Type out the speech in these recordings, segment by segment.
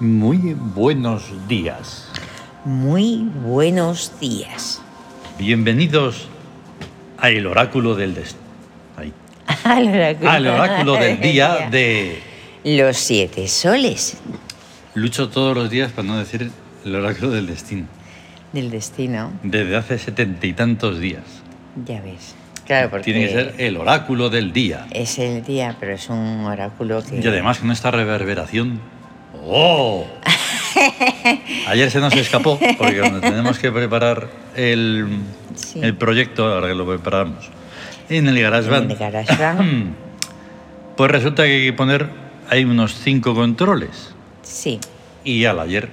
Muy buenos días. Muy buenos días. Bienvenidos al oráculo del des- ay, Al oráculo, al oráculo del día de Los siete soles lucho todos los días para no decir el oráculo del destino del destino. desde hace setenta y tantos días. Ya ves. Claro, porque Tiene que ser el oráculo del día es el día, pero es un oráculo que... y además con esta reverberación. ¡Oh! Ayer se nos escapó porque cuando tenemos que preparar el, Sí. el proyecto, ahora que lo preparamos, en el en el GarageBand. GarageBand. Pues resulta que hay que poner, hay unos cinco controles. sí. Y al ayer.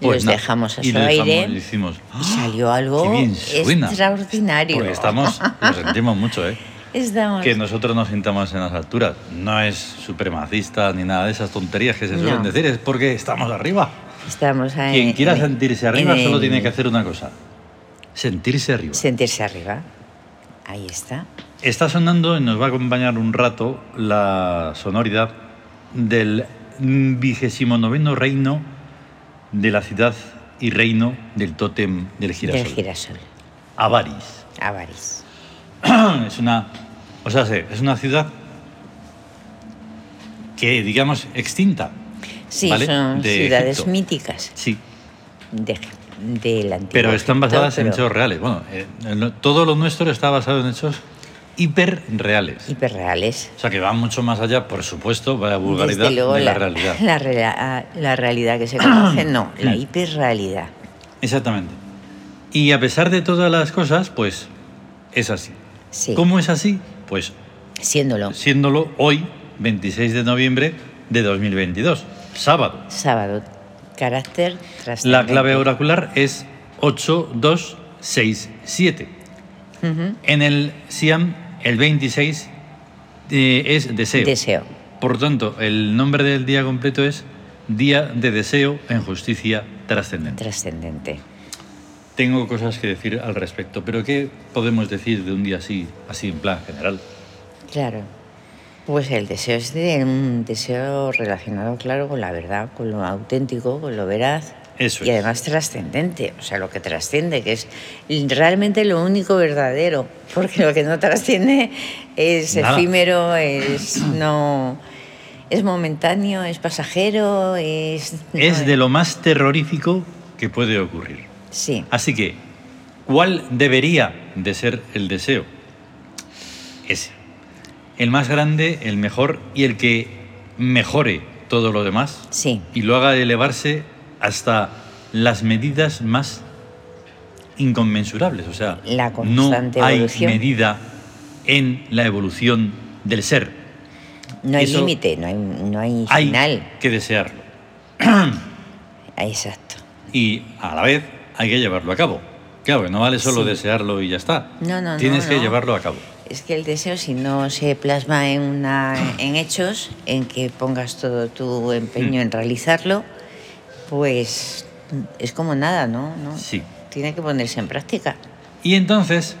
pues Los nada. dejamos a Y su lo dejamos, aire. lo hicimos. ¡Ah! Salió algo ¡Qué bien suena! extraordinario. Porque estamos, lo sentimos mucho, ¿eh? Estamos... Que nosotros nos sintamos en las alturas. No es supremacista ni nada de esas tonterías que se suelen No. decir, es porque estamos arriba. Estamos ahí- Quien quiera sentirse arriba en solo el- tiene que hacer una cosa: sentirse arriba. Sentirse arriba. Ahí está. Está sonando y nos va a acompañar un rato la sonoridad del vigésimo noveno reino de la ciudad y reino del tótem del girasol. Del girasol. Avaris. Avaris. Es una, o sea, se- es una ciudad que, digamos, extinta. Sí, ¿vale? son De ciudades Egipto. míticas Sí, de, del antiguo pero están Egipto, basadas en pero hechos reales. Bueno, eh, lo- todo lo nuestro está basado en hechos hiperreales. hiperreales. O sea, que va mucho más allá, por supuesto, va la vulgaridad Desde luego de la, realidad. La, rela- la realidad que se conoce, no, Mm. la hiperrealidad. Exactamente. Y a pesar de todas las cosas, pues es así. Sí, ¿Cómo es así? Pues siéndolo. siéndolo hoy, 26 de noviembre de 2022, sábado. Sábado, carácter tras La clave oracular es 8267. En el Siam, el 26 eh, es deseo. Deseo. Por tanto, el nombre del día completo es Día de Deseo en Justicia Trascendente. Trascendente. Tengo cosas que decir al respecto, pero ¿qué podemos decir de un día así, así en plan general? Claro. Pues el deseo es de un deseo relacionado, claro, con la verdad, con lo auténtico, con lo veraz. Eso y es. además trascendente, o sea, lo que trasciende, que es realmente lo único verdadero, porque lo que no trasciende es Nada. efímero, es no es momentáneo, es pasajero, es no Es de lo más terrorífico que puede ocurrir. Sí, Así que, ¿cuál debería de ser el deseo? Ese. El más grande, el mejor y el que mejore todo lo demás sí, y lo haga elevarse hasta las medidas más inconmensurables. O sea, La no constante hay evolución. medida en la evolución del ser. no hay Eso- límite, no hay no hay Hay final, que desearlo exacto. y a la vez hay que llevarlo a cabo. Claro, que no vale solo Sí. desearlo y ya está. No, no, no, Tienes que no. llevarlo a cabo. Es que el deseo si no se plasma en una en hechos, en que pongas todo tu empeño Mm. en realizarlo, pues es como nada, ¿no? ¿No? Sí. Tiene que ponerse en práctica. Y entonces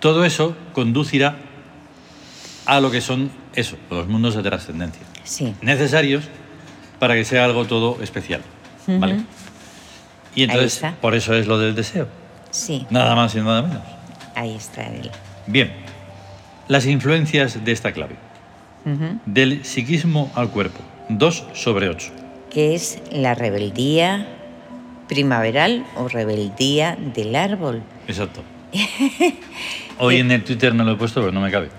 todo eso conducirá a lo que son eso, los mundos de trascendencia. Sí, necesarios para que sea algo todo especial. ¿Vale? Ujú. Y entonces, está. por eso es lo del deseo. sí, Nada más y nada menos. ahí está él. Bien. Las influencias de esta clave. Ujú. Del psiquismo al cuerpo. 2 sobre 8. Que es la rebeldía primaveral o rebeldía del árbol, Exacto. Hoy en el Twitter no lo he puesto, pero no me cabe.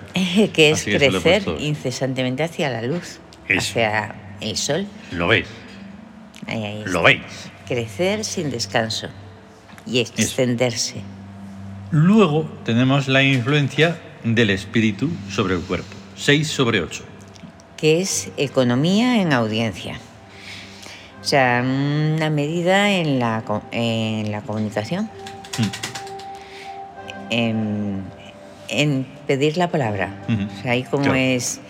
que es Así que se lo he crecer puesto. incesantemente hacia la luz, Eso. hacia el sol. Lo veis, Ahí, ahí lo está. veis. Crecer sin descanso y extenderse. Luego tenemos la influencia del espíritu sobre el cuerpo. 6 sobre 8. que es economía en audiencia. O sea, una medida en la, co- en la comunicación. Hmm. En, en pedir la palabra. Ujú, O sea, ahí como claro. es.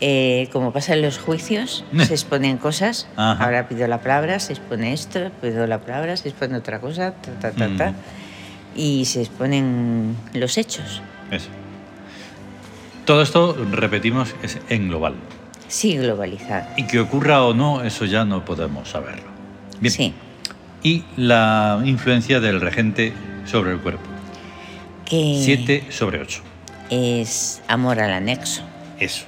eh, como pasa en los juicios, Ne. se exponen cosas. Ajá. Ahora pido la palabra, se expone esto, pido la palabra, se expone otra cosa, ta, ta, ta, ta. Ujú. Y se exponen los hechos. Eso. Todo esto, repetimos, es en global. Sí, globalizada. Y que ocurra o no, eso ya no podemos saberlo. Bien. Sí. Y la influencia del regente sobre el cuerpo. Que 7 sobre 8. es amor al anexo. Eso.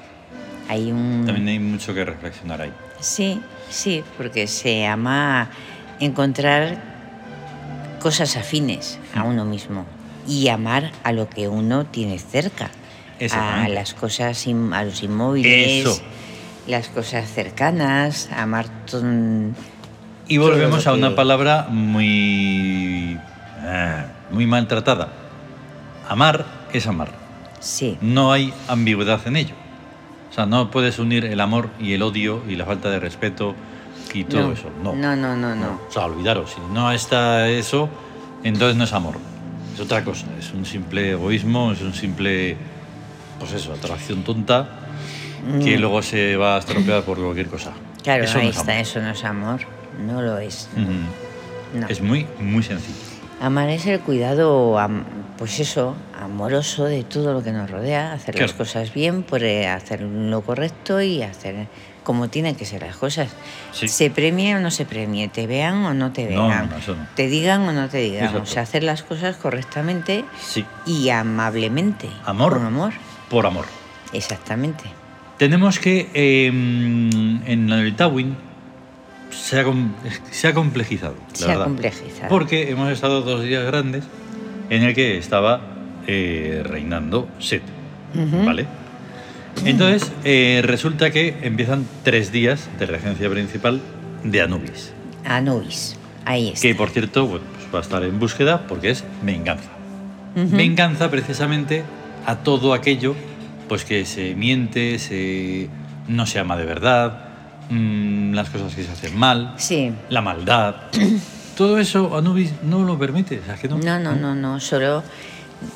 Hay un. También hay mucho que reflexionar ahí. Sí, sí, porque se ama encontrar cosas afines a uno mismo y amar a lo que uno tiene cerca, a Exactamente. las cosas, in- a los inmóviles, Eso. las cosas cercanas, amar ton- Y Todo volvemos lo a una que- palabra muy. ah, muy maltratada. Amar es amar. sí, No hay ambigüedad en ello. O sea, no puedes unir el amor y el odio y la falta de respeto y todo No. eso. No. No, no, no, no. O sea, olvidaros. Si no está eso, entonces no es amor. Es otra cosa. Es un simple egoísmo, es un simple. Pues eso, atracción tonta que luego se va a estropear por cualquier cosa. Mm. claro, Eso no ahí es está, amor. eso no es amor, no lo es. Ujú. no. Es muy, muy sencillo. Amar es el cuidado, am- pues eso, amoroso de todo lo que nos rodea, hacer las Claro. cosas bien, por eh, hacer lo correcto y hacer como tienen que ser las cosas. Sí. Se premie o no se premie, te vean o no te No, vean, no, eso no. te digan o no te digan, o Exacto. sea, hacer las cosas correctamente Sí. y amablemente. Amor. Con amor, Por amor. exactamente. Tenemos que eh, en el Tawin se ha, com- se ha complejizado. La Se ha verdad. complejizado. Porque hemos estado dos días grandes en el que estaba eh, reinando Set. ¿Vale? Entonces, eh, resulta que empiezan tres días de regencia principal de Anubis. Anubis, ahí está. Que por cierto, bueno, pues va a estar en búsqueda porque es venganza. Venganza precisamente a todo aquello pues que se miente, se no se ama de verdad, mm, las cosas que se hacen mal, Sí. la maldad. todo eso Anubis no lo permite. o sea, que no, No, no, no, no, solo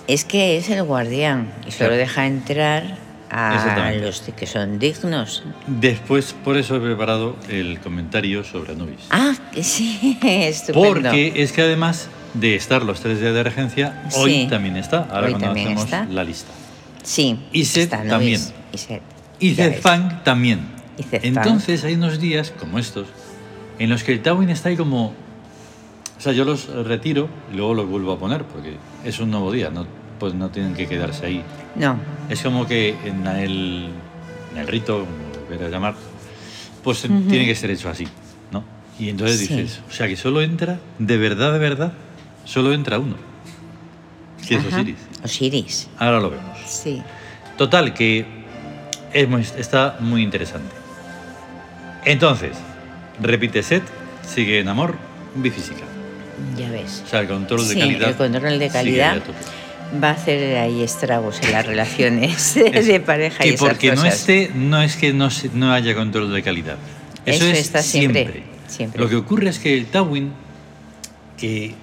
es que es el guardián y solo Claro. deja entrar a Exactamente. los que son dignos. Después, por eso he preparado el comentario sobre Anubis. Ah, que sí, estupendo. Porque es que además de estar los tres días de regencia, hoy Sí. también está, ahora Hoy cuando también hacemos está. la lista. sí, y Seth está, ¿no también. ves? Y Seth, Y ya Zed ves. Fang también. Y Zed Fang. Entonces hay unos días, como estos, en los que el Tawin está ahí como... O sea, yo los retiro y luego los vuelvo a poner, porque es un nuevo día, no, pues no tienen que quedarse ahí. No, Es como que en el, en el rito, como lo quieras llamar, pues tiene que ser hecho así, ¿no? Y entonces Sí. dices, o sea, que solo entra, de verdad, de verdad, solo entra uno. Que es ajá. Osiris. Osiris, Ahora lo vemos. sí. Total, que es muy- está muy interesante. Entonces, repite set, sigue en amor, bifísica. Ya ves. O sea, el control de Sí, calidad. el control de sigue calidad. ahí a tope. Va a hacer ahí estragos en las relaciones de Eso. pareja y Que esas porque no cosas. esté, no es que no, se- no haya control de calidad. Eso, Eso es está siempre, siempre. Lo que ocurre es que el Tawin que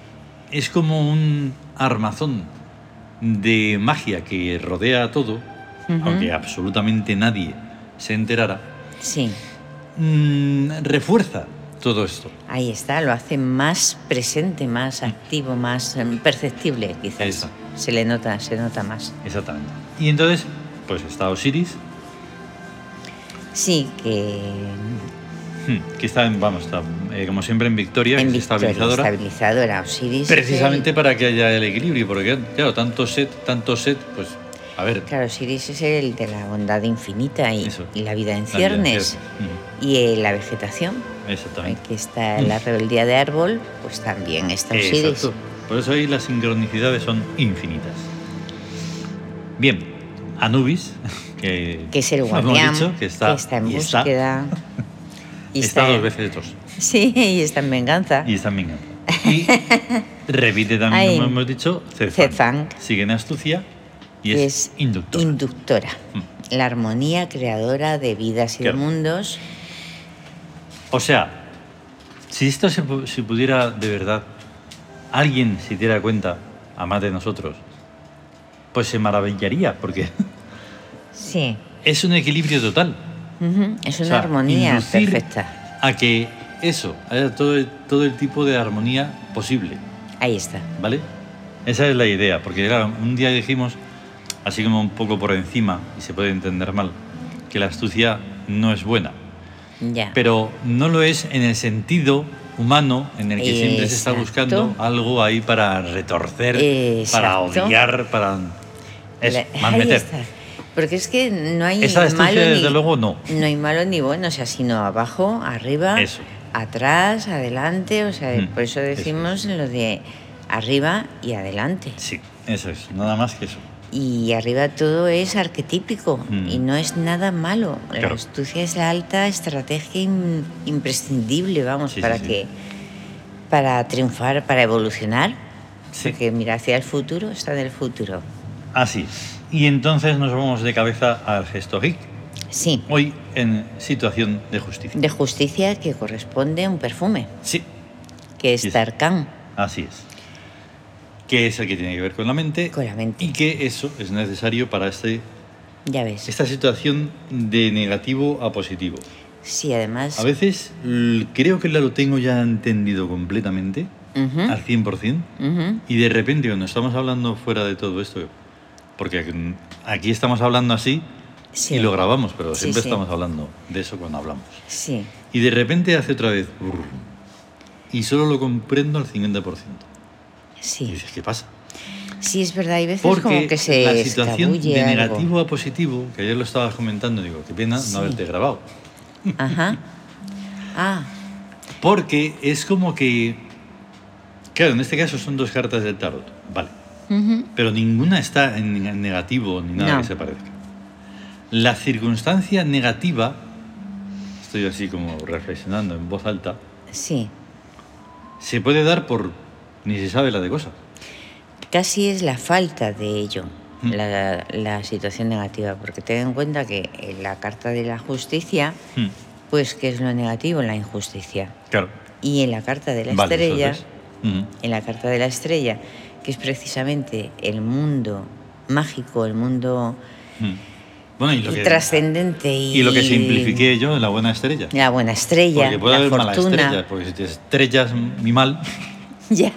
es como un armazón de magia que rodea a todo, Ujú. aunque absolutamente nadie se enterara, Sí, mm, refuerza todo esto. ahí está, lo hace más presente, más activo, más em, perceptible quizás. Eso. Se le nota, se nota más. Exactamente. Y entonces, pues está Osiris, Sí, que hmm, que está, en, vamos, está, eh, como siempre en Victoria, en que es Victoria, estabilizadora. estabilizadora Osiris. Precisamente para que haya el equilibrio, porque claro, tanto set, tanto set, pues a ver, es el- claro, Osiris es el de la bondad infinita y, Eso. y la vida La vida en en ciernes. ciernes. Ah. Y eh, la vegetación, eh, exactamente. que está en la rebeldía de árbol, pues también está Osiris. Exacto. Por eso ahí las sincronicidades son infinitas. Bien, Anubis, que, Que es el hemos guardián, dicho que está, en y está- búsqueda. y está está- Ah. dos veces dos. Sí, y está en venganza. Y está en venganza. Y repite también, Ahí. como hemos dicho, Zed Fang. Cefang. Sigue en astucia y que es, inductor. inductora. La armonía creadora de vidas y Mm. Claro. de mundos. O sea, si esto se, pu- si pudiera de verdad, alguien se diera cuenta, además de nosotros, pues se maravillaría, porque Sí. es un equilibrio total. Ujú, Es O una sea, armonía inducir perfecta. A que eso, haya todo, el- todo el tipo de armonía posible, Ahí está. ¿vale? Esa es la idea, porque claro, un día dijimos, así como un poco por encima, y se puede entender mal, que la astucia no es buena. Ya. Pero no lo es en el sentido humano en el que siempre se está Exacto. buscando algo ahí para retorcer, para Exacto. odiar, para... Es, La- más ahí meter. está. Porque es que no hay Esa astucia, malo ni, desde luego, no. No hay malo ni bueno, o sea, sino abajo, arriba, Eso. atrás, adelante, o sea, Mm, por eso eso decimos lo de arriba y adelante. Sí, eso es, nada más que eso. Y arriba todo es arquetípico Mm. y no es nada malo. Claro. La astucia es la alta estrategia im- imprescindible, vamos, Sí, sí, para sí. que para triunfar, para evolucionar. Sí. Porque mira hacia el futuro, está en el futuro. Así. Y entonces nos vamos de cabeza al gesto geek, Sí. hoy en situación de justicia. de justicia que corresponde a un perfume, Sí, que es Sí, sí. Tarkan. así es. Que es el que tiene que ver con la mente. Con la mente. Y que eso es necesario para este, Ya ves. esta situación de negativo a positivo. Sí, además. A veces l- creo que lo tengo ya entendido completamente, Ujú, al 100%, ujú. y de repente cuando estamos hablando fuera de todo esto, porque aquí- aquí estamos hablando así, Sí. Y lo grabamos, pero Sí, siempre sí. estamos hablando de eso cuando hablamos. Sí, Y de repente hace otra vez. brrr, y solo lo comprendo al 50%. Y sí. dices, ¿qué pasa? Sí, es verdad. Hay veces Porque como que se la situación escabulle de algo. negativo a positivo, que ayer lo estabas comentando, digo, qué pena Sí. no haberte grabado. Ajá. Ah, Porque es como que. Claro, en este caso son dos cartas del tarot, vale. ujú, Pero ninguna está en en negativo ni nada No. que se parezca. La circunstancia negativa, estoy así como reflexionando en voz alta, sí. se puede dar por ni se sabe la de cosa. Casi es la falta de ello. Mm. La, la situación negativa, porque ten en cuenta que en la carta de la justicia, pues que es lo negativo, la injusticia. Claro. Y en la carta de la Vale, estrella, entonces, hmm, ujú, en la Carta de la Estrella, que es precisamente el mundo mágico, el mundo ujú. hmm. Bueno, y lo que, trascendente y, y lo que simplifiqué yo en la buena estrella. La buena estrella, porque puede haber la malas estrellas, fortuna. porque si te estrellas mi mal, Ya.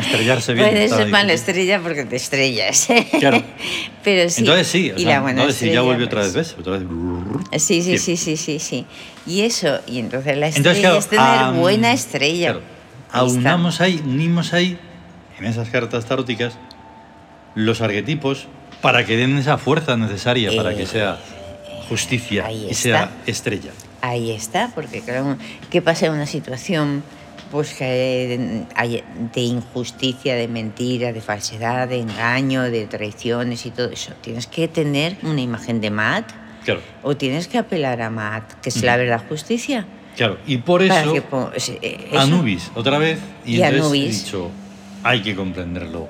estrellarse bien. Puede está ser mala difícil. estrella porque te estrellas. Claro. Pero sí. Entonces sí, o y sea, la buena no decir, estrella. ya volvió otra pues, vez, ¿ves? Otra vez. Sí, sí, Bien. sí, sí, sí, sí. Y eso, y entonces la estrella Entonces, claro, es tener am, buena estrella. claro, Ahí está. aunamos ahí, unimos ahí, en esas cartas taróticas, los arquetipos para que den esa fuerza necesaria para que Eh, sea justicia ahí y sea está. estrella. Ahí está, porque claro, ¿qué pasa en una situación pues, que hay- de injusticia, de mentira, de falsedad, de engaño, de traiciones y todo eso? Tienes que tener una imagen de Matt Claro, o tienes que apelar a Matt, que es la verdad justicia. claro. Y por para eso, que po- se- eh, eso. Anubis, otra vez, y, Y entonces Anubis. he dicho, hay que comprenderlo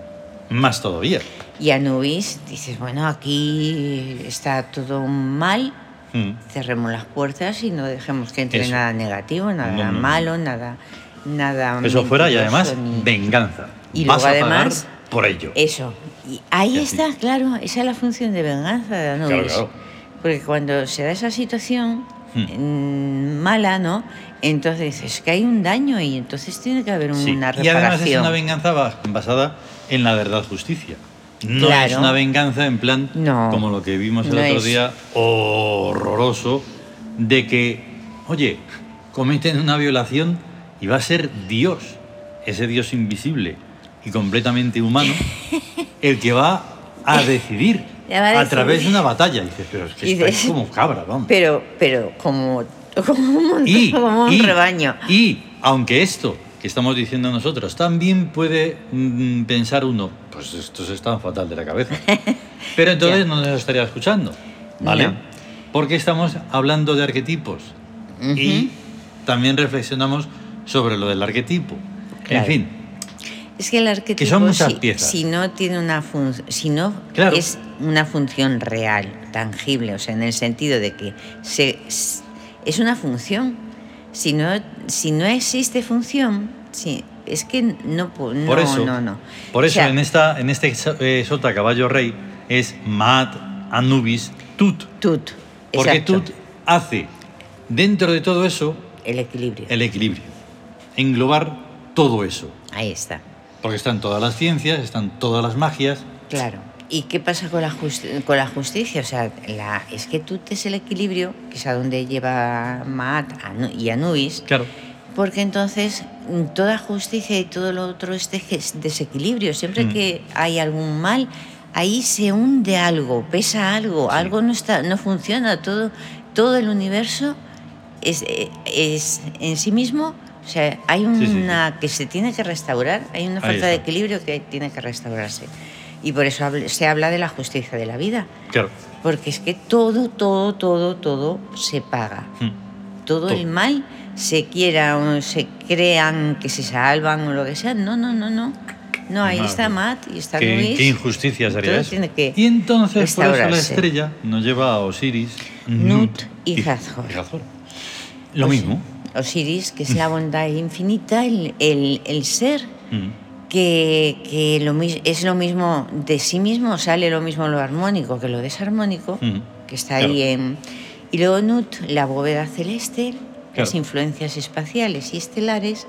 más todavía. Y Anubis, dices, bueno, aquí está todo mal, Mm. cerremos las puertas y no dejemos que entre Eso. nada negativo, nada No, no, no. malo, nada... Nada Eso fuera y además mentiroso ni- venganza. Y Vas luego, a pagar además, por ello. Eso. Y ahí Y así. está, claro, esa es la función de venganza de Anubis. Claro, claro. Porque cuando se da esa situación Hmm. mm, mala, ¿no? Entonces dices que hay un daño y entonces tiene que haber Sí. una Y además es reparación. una venganza ba- basada en la verdad justicia. No es Claro. una venganza en plan No. como lo que vimos el No otro es. día, horroroso, de que, oye, cometen una violación y va a ser Dios, ese Dios invisible y completamente humano, el que va a decidir Ya va a decidir. través de una batalla. Y dices, pero es que Y estáis de- como cabra, vamos. pero, pero como, como un, montón, como un rebaño. Y aunque esto que estamos diciendo nosotros también puede mm, pensar uno, pues estos están fatal de la cabeza. Pero entonces Ya. no nos estaría escuchando, ¿vale? No. Porque estamos hablando de arquetipos y también reflexionamos sobre lo del arquetipo. En Claro. fin, Es que el arquetipo, Que son muchas si, piezas. si no tiene una función, si no Claro. es una función real, tangible, o sea, en el sentido de que se, s- es una función. Si no, si no existe función, si, es que no, po- no, por eso, no, no. Por O eso sea, en, esta, en este so- eh, sota caballo rey es Maat, Anubis, Tut. Tut, Porque exacto, Tut hace dentro de todo eso el equilibrio. el equilibrio, englobar todo eso, Ahí está, porque están todas las ciencias, están todas las magias, claro. ¿Y qué pasa con la, justi- con la justicia? O sea, la, es que tú es el equilibrio, que es a donde lleva Maat a Nu- y a Nuis, Claro. porque entonces mm, toda justicia y todo lo otro es deje- desequilibrio. Siempre Mm. que hay algún mal, ahí se hunde algo, pesa algo, Sí. algo no, está, no funciona. Todo, todo el universo es, eh, es en sí mismo, o sea, hay Sí, sí, sí. una que se tiene que restaurar, hay una Ahí falta de está. equilibrio que tiene que restaurarse. Y por eso habl- se habla de la justicia de la vida, Claro. porque es que todo, todo, todo, todo se paga Mm. Todo. todo el mal se quiera o se crean que se salvan o lo que sea. No, no, no, no. No, ahí Madre. está Matt y está Ah, Qué, Luis. qué injusticia sería Todo eso. tiene que y entonces por eso la restaurarse. estrella nos lleva a Osiris, Nut Nut y Hathor. y Hathor. Lo Os- mismo. Osiris, que es la bondad infinita, el, el- el ser, Mm. que, que lo, mis- es lo mismo de sí mismo, sale lo mismo lo armónico que lo desarmónico, Mm. que está ahí en... Y luego Nut, la bóveda celeste, las Claro. influencias espaciales y estelares,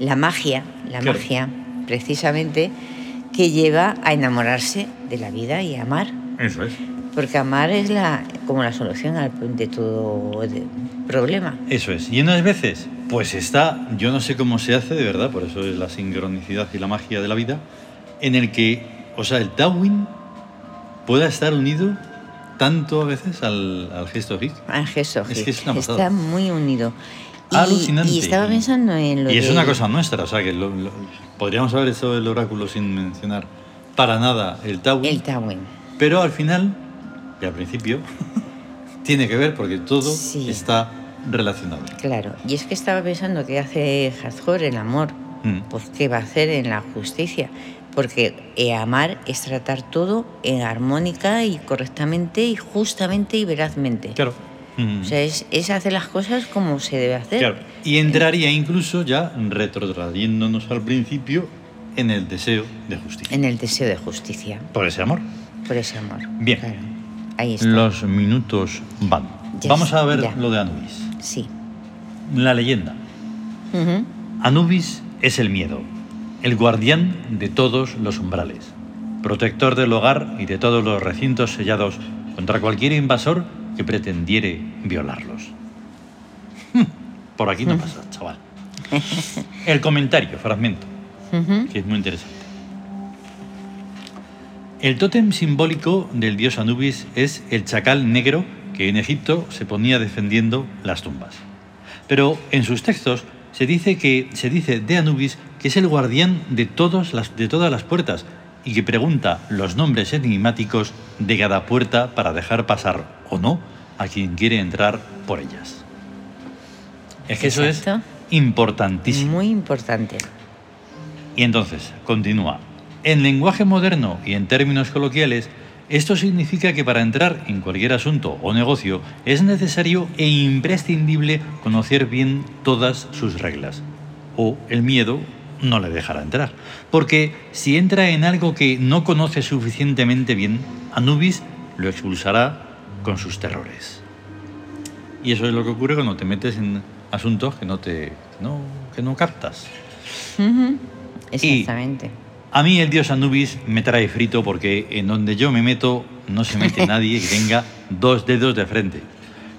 la magia, la Claro. magia precisamente, que lleva a enamorarse de la vida y a amar. Eso es. Porque amar es la, como la solución al- de todo de- problema. Eso es. Y unas veces, pues está, yo no sé cómo se hace de verdad, por eso es la sincronicidad y la magia de la vida, en el que, o sea, el Tawin pueda estar unido tanto a veces al, al gesto Higgs. Ángel Soji. Es que es una pasada. está muy unido. Y, Alucinante. y estaba pensando en lo Y es de- una cosa nuestra, o sea, que lo- lo- podríamos haber hecho el oráculo sin mencionar para nada el Tawin, El Tawin. pero al final, y al principio, tiene que ver porque todo Sí. está relacionado. Claro, y es que estaba pensando que hace Hathor el amor, Mm. pues qué va a hacer en la justicia, porque eh, amar es tratar todo en armónica y correctamente y justamente y verazmente. Claro. Mm. O sea, es, es hacer las cosas como se debe hacer. Claro, Y entraría incluso ya retrotrayéndonos al principio en el deseo de justicia. En el deseo de justicia, Por ese amor. por ese amor. Bien. Claro, Ahí está. Los minutos van. Ya Vamos está, a ver ya. lo de Anubis. Sí. La leyenda. Ujú. Anubis es el miedo, el guardián de todos los umbrales, protector del hogar y de todos los recintos sellados contra cualquier invasor que pretendiere violarlos. Por aquí no pasa, chaval. El comentario, fragmento, Ujú. que es muy interesante. El tótem simbólico del dios Anubis es el chacal negro que en Egipto se ponía defendiendo las tumbas. Pero en sus textos se dice que se dice de Anubis que es el guardián de, todos las- de todas las puertas y que pregunta los nombres enigmáticos de cada puerta para dejar pasar o no a quien quiere entrar por ellas. Es que eso es Exacto. importantísimo. Muy importante. Y entonces, continúa. En lenguaje moderno y en términos coloquiales, esto significa que para entrar en cualquier asunto o negocio es necesario e imprescindible conocer bien todas sus reglas. O el miedo no le dejará entrar. Porque si entra en algo que no conoce suficientemente bien, Anubis lo expulsará con sus terrores. Y eso es lo que ocurre cuando te metes en asuntos que no te no- que no captas. Ujú. Exactamente. A mí el dios Anubis me trae frito porque en donde yo me meto no se mete nadie que tenga dos dedos de frente.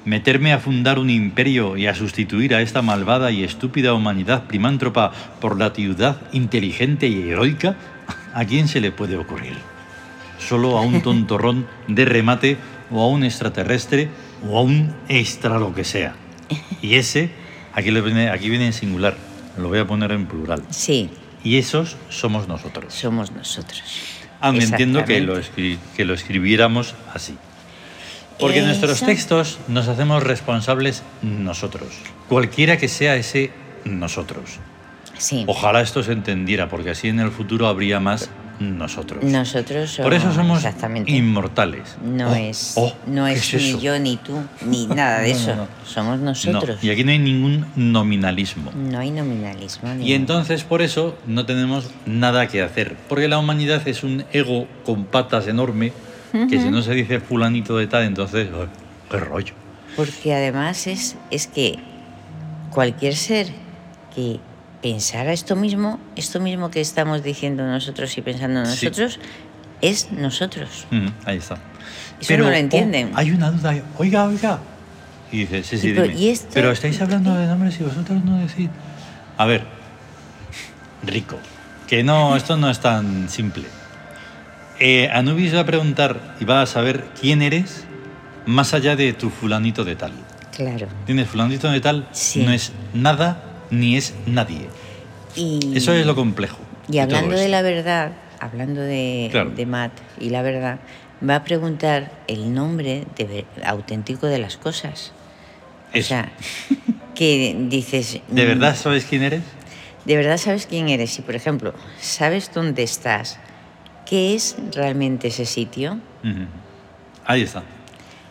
Meterme a fundar un imperio y a sustituir a esta malvada y estúpida humanidad primántropa por la ciudad inteligente y heroica, ¿a quién se le puede ocurrir? Solo a un tontorrón de remate o a un extraterrestre o a un extra lo que sea. Y ese, aquí, lo viene, aquí viene en singular, lo voy a poner en plural. Sí, Y esos somos nosotros. somos nosotros. Aunque Ah, entiendo que lo, Exactamente. escri- que lo escribiéramos así. Porque nuestros Exacto. textos nos hacemos responsables nosotros. Cualquiera que sea ese nosotros. Sí. Ojalá esto se entendiera, porque así en el futuro habría más nosotros. Nosotros somos, Por eso somos exactamente. inmortales. no Oh, es, oh, no ¿qué es, ni eso? yo ni tú ni nada No, de no, eso. no. Somos No, nosotros. y aquí no hay ningún nominalismo. No hay nominalismo. ni Y nada. entonces por eso no tenemos nada que hacer, porque la humanidad es un ego con patas enorme que si no se dice fulanito de tal, entonces ay, qué rollo. Porque además es, es que cualquier ser que pensara esto mismo, esto mismo que estamos diciendo nosotros y pensando Sí. nosotros, es nosotros. Mm, ahí está. Eso no lo entienden. oh, hay una duda, oiga, oiga. Y dice, sí, sí, Y pero- dime. ¿y esto? Pero estáis hablando de nombres y vosotros no decís. A ver, rico. Que no, esto no es tan simple. Eh, Anubis va a preguntar y va a saber quién eres más allá de tu fulanito de tal. Claro. ¿Tienes fulanito de tal? Sí. No es nada ni es nadie. Y, Eso es lo complejo. Mm. Y hablando todo de esto. la verdad, hablando de, Claro. de Matt y la verdad, va a preguntar el nombre de ver- auténtico de las cosas. O Eso. sea, que dices... ¿De mm, verdad sabes quién eres? ¿De verdad sabes quién eres? Y, por ejemplo, ¿sabes dónde estás? ¿Qué es realmente ese sitio? Ujú. Ahí está.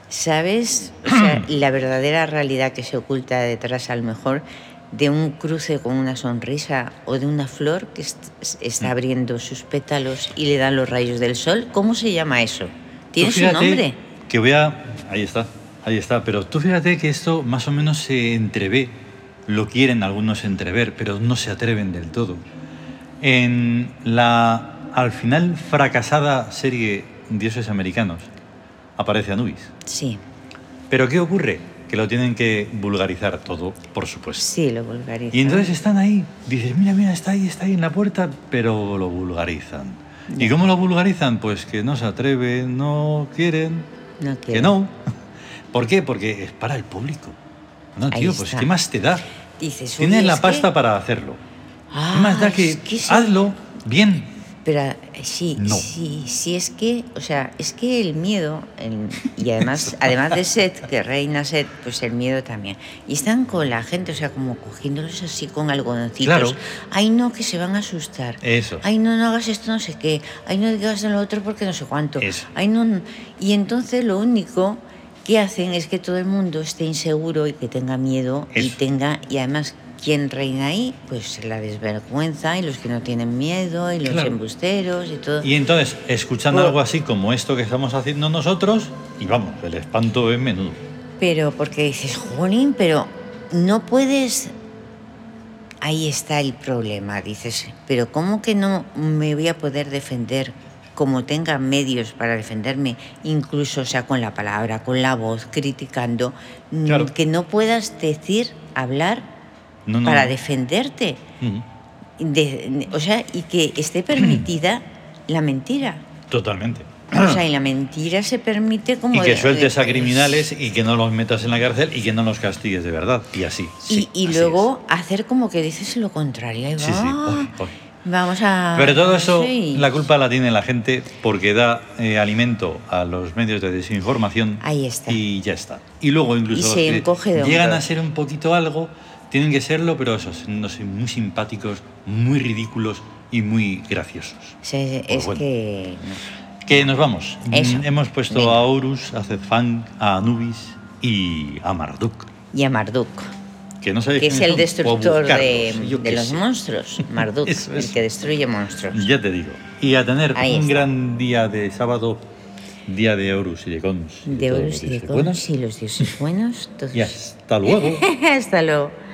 ¿Sabes o sea, la verdadera realidad que se oculta detrás, a lo mejor, de un cruce con una sonrisa o de una flor que est- Mm. está abriendo sus pétalos y le dan los rayos del sol? ¿Cómo se llama eso? ¿Tiene Tú su fíjate nombre? Que voy a. Ahí está, ahí está. Pero tú fíjate que esto más o menos se entrevé. Lo quieren algunos entrever, pero no se atreven del todo. En la al final fracasada serie Dioses Americanos aparece Anubis. Sí, Pero ¿qué ocurre? Que lo tienen que vulgarizar todo, por supuesto. sí, lo vulgarizo. Y entonces están ahí, dices, mira, mira, está ahí, está ahí en la puerta, pero lo vulgarizan. ¿Y cómo lo vulgarizan? Pues que no se atreven, no quieren, No que quiero. no. ¿Por qué? Porque es para el público. No, Ahí tío, pues está. ¿qué más te da? Dices, "Uy, Tienes es la que- pasta para hacerlo. Ah, ¿Qué más da que, es se- hazlo bien? Pero eh, sí, No. sí, sí es que, o sea, es que el miedo, el- y además, además de Seth, que reina Seth, pues el miedo también. Y están con la gente, o sea, como cogiéndolos así con algodoncitos. Claro. Ay, no, que se van a asustar. Eso. Ay, no, no hagas esto, no sé qué. Ay, no digas lo otro porque no sé cuánto. Eso. Ay, no, no. Y entonces lo único que hacen es que todo el mundo esté inseguro y que tenga miedo y Eso. tenga, y además, ¿quién reina ahí? Pues la desvergüenza y los que no tienen miedo y los Claro. embusteros y todo. Y entonces, escuchando Por- algo así como esto que estamos haciendo nosotros, y vamos, el espanto es menudo. Pero porque dices, Jolín, pero no puedes. Ahí está el problema, dices. Pero ¿cómo que no me voy a poder defender como tenga medios para defenderme, incluso o sea con la palabra, con la voz, criticando, mm, Claro. que no puedas decir, hablar No, no, para no. defenderte? Ujú. De- o sea, y que esté permitida la mentira. Totalmente. O sea, y la mentira se permite como... Y que de- sueltes a de- criminales y que no los metas en la cárcel y que no los castigues de verdad. Y así. sí, y y así luego hacer como que dices lo contrario. Ahí va. es. Sí, sí. uy, uy. Vamos a. Pero todo eso, ah, sí. la culpa la tiene la gente porque da eh, alimento a los medios de desinformación. Ahí está. Y ya está. Y luego incluso Y los se que encoge de llegan hombros. a ser un poquito algo, tienen que serlo, pero esos, no sé, muy simpáticos, muy ridículos y muy graciosos. O sea, es Pues es bueno. que. Que nos vamos. Eso. Mm, Hemos puesto Venga. a Horus, a Zefang, a Anubis y a Marduk. Y a Marduk, Que no sabéis que es quiénes el son, o a destructor de, buscarlos, yo de qué los sé. monstruos. Marduk, Eso el es. que destruye monstruos. Ya te digo. Y a tener Ahí un está. gran día de sábado, día de Horus y de Cons. De todo Horus lo y que de se Cons pueda. y los dioses buenos. todos- Y hasta luego. Hasta luego.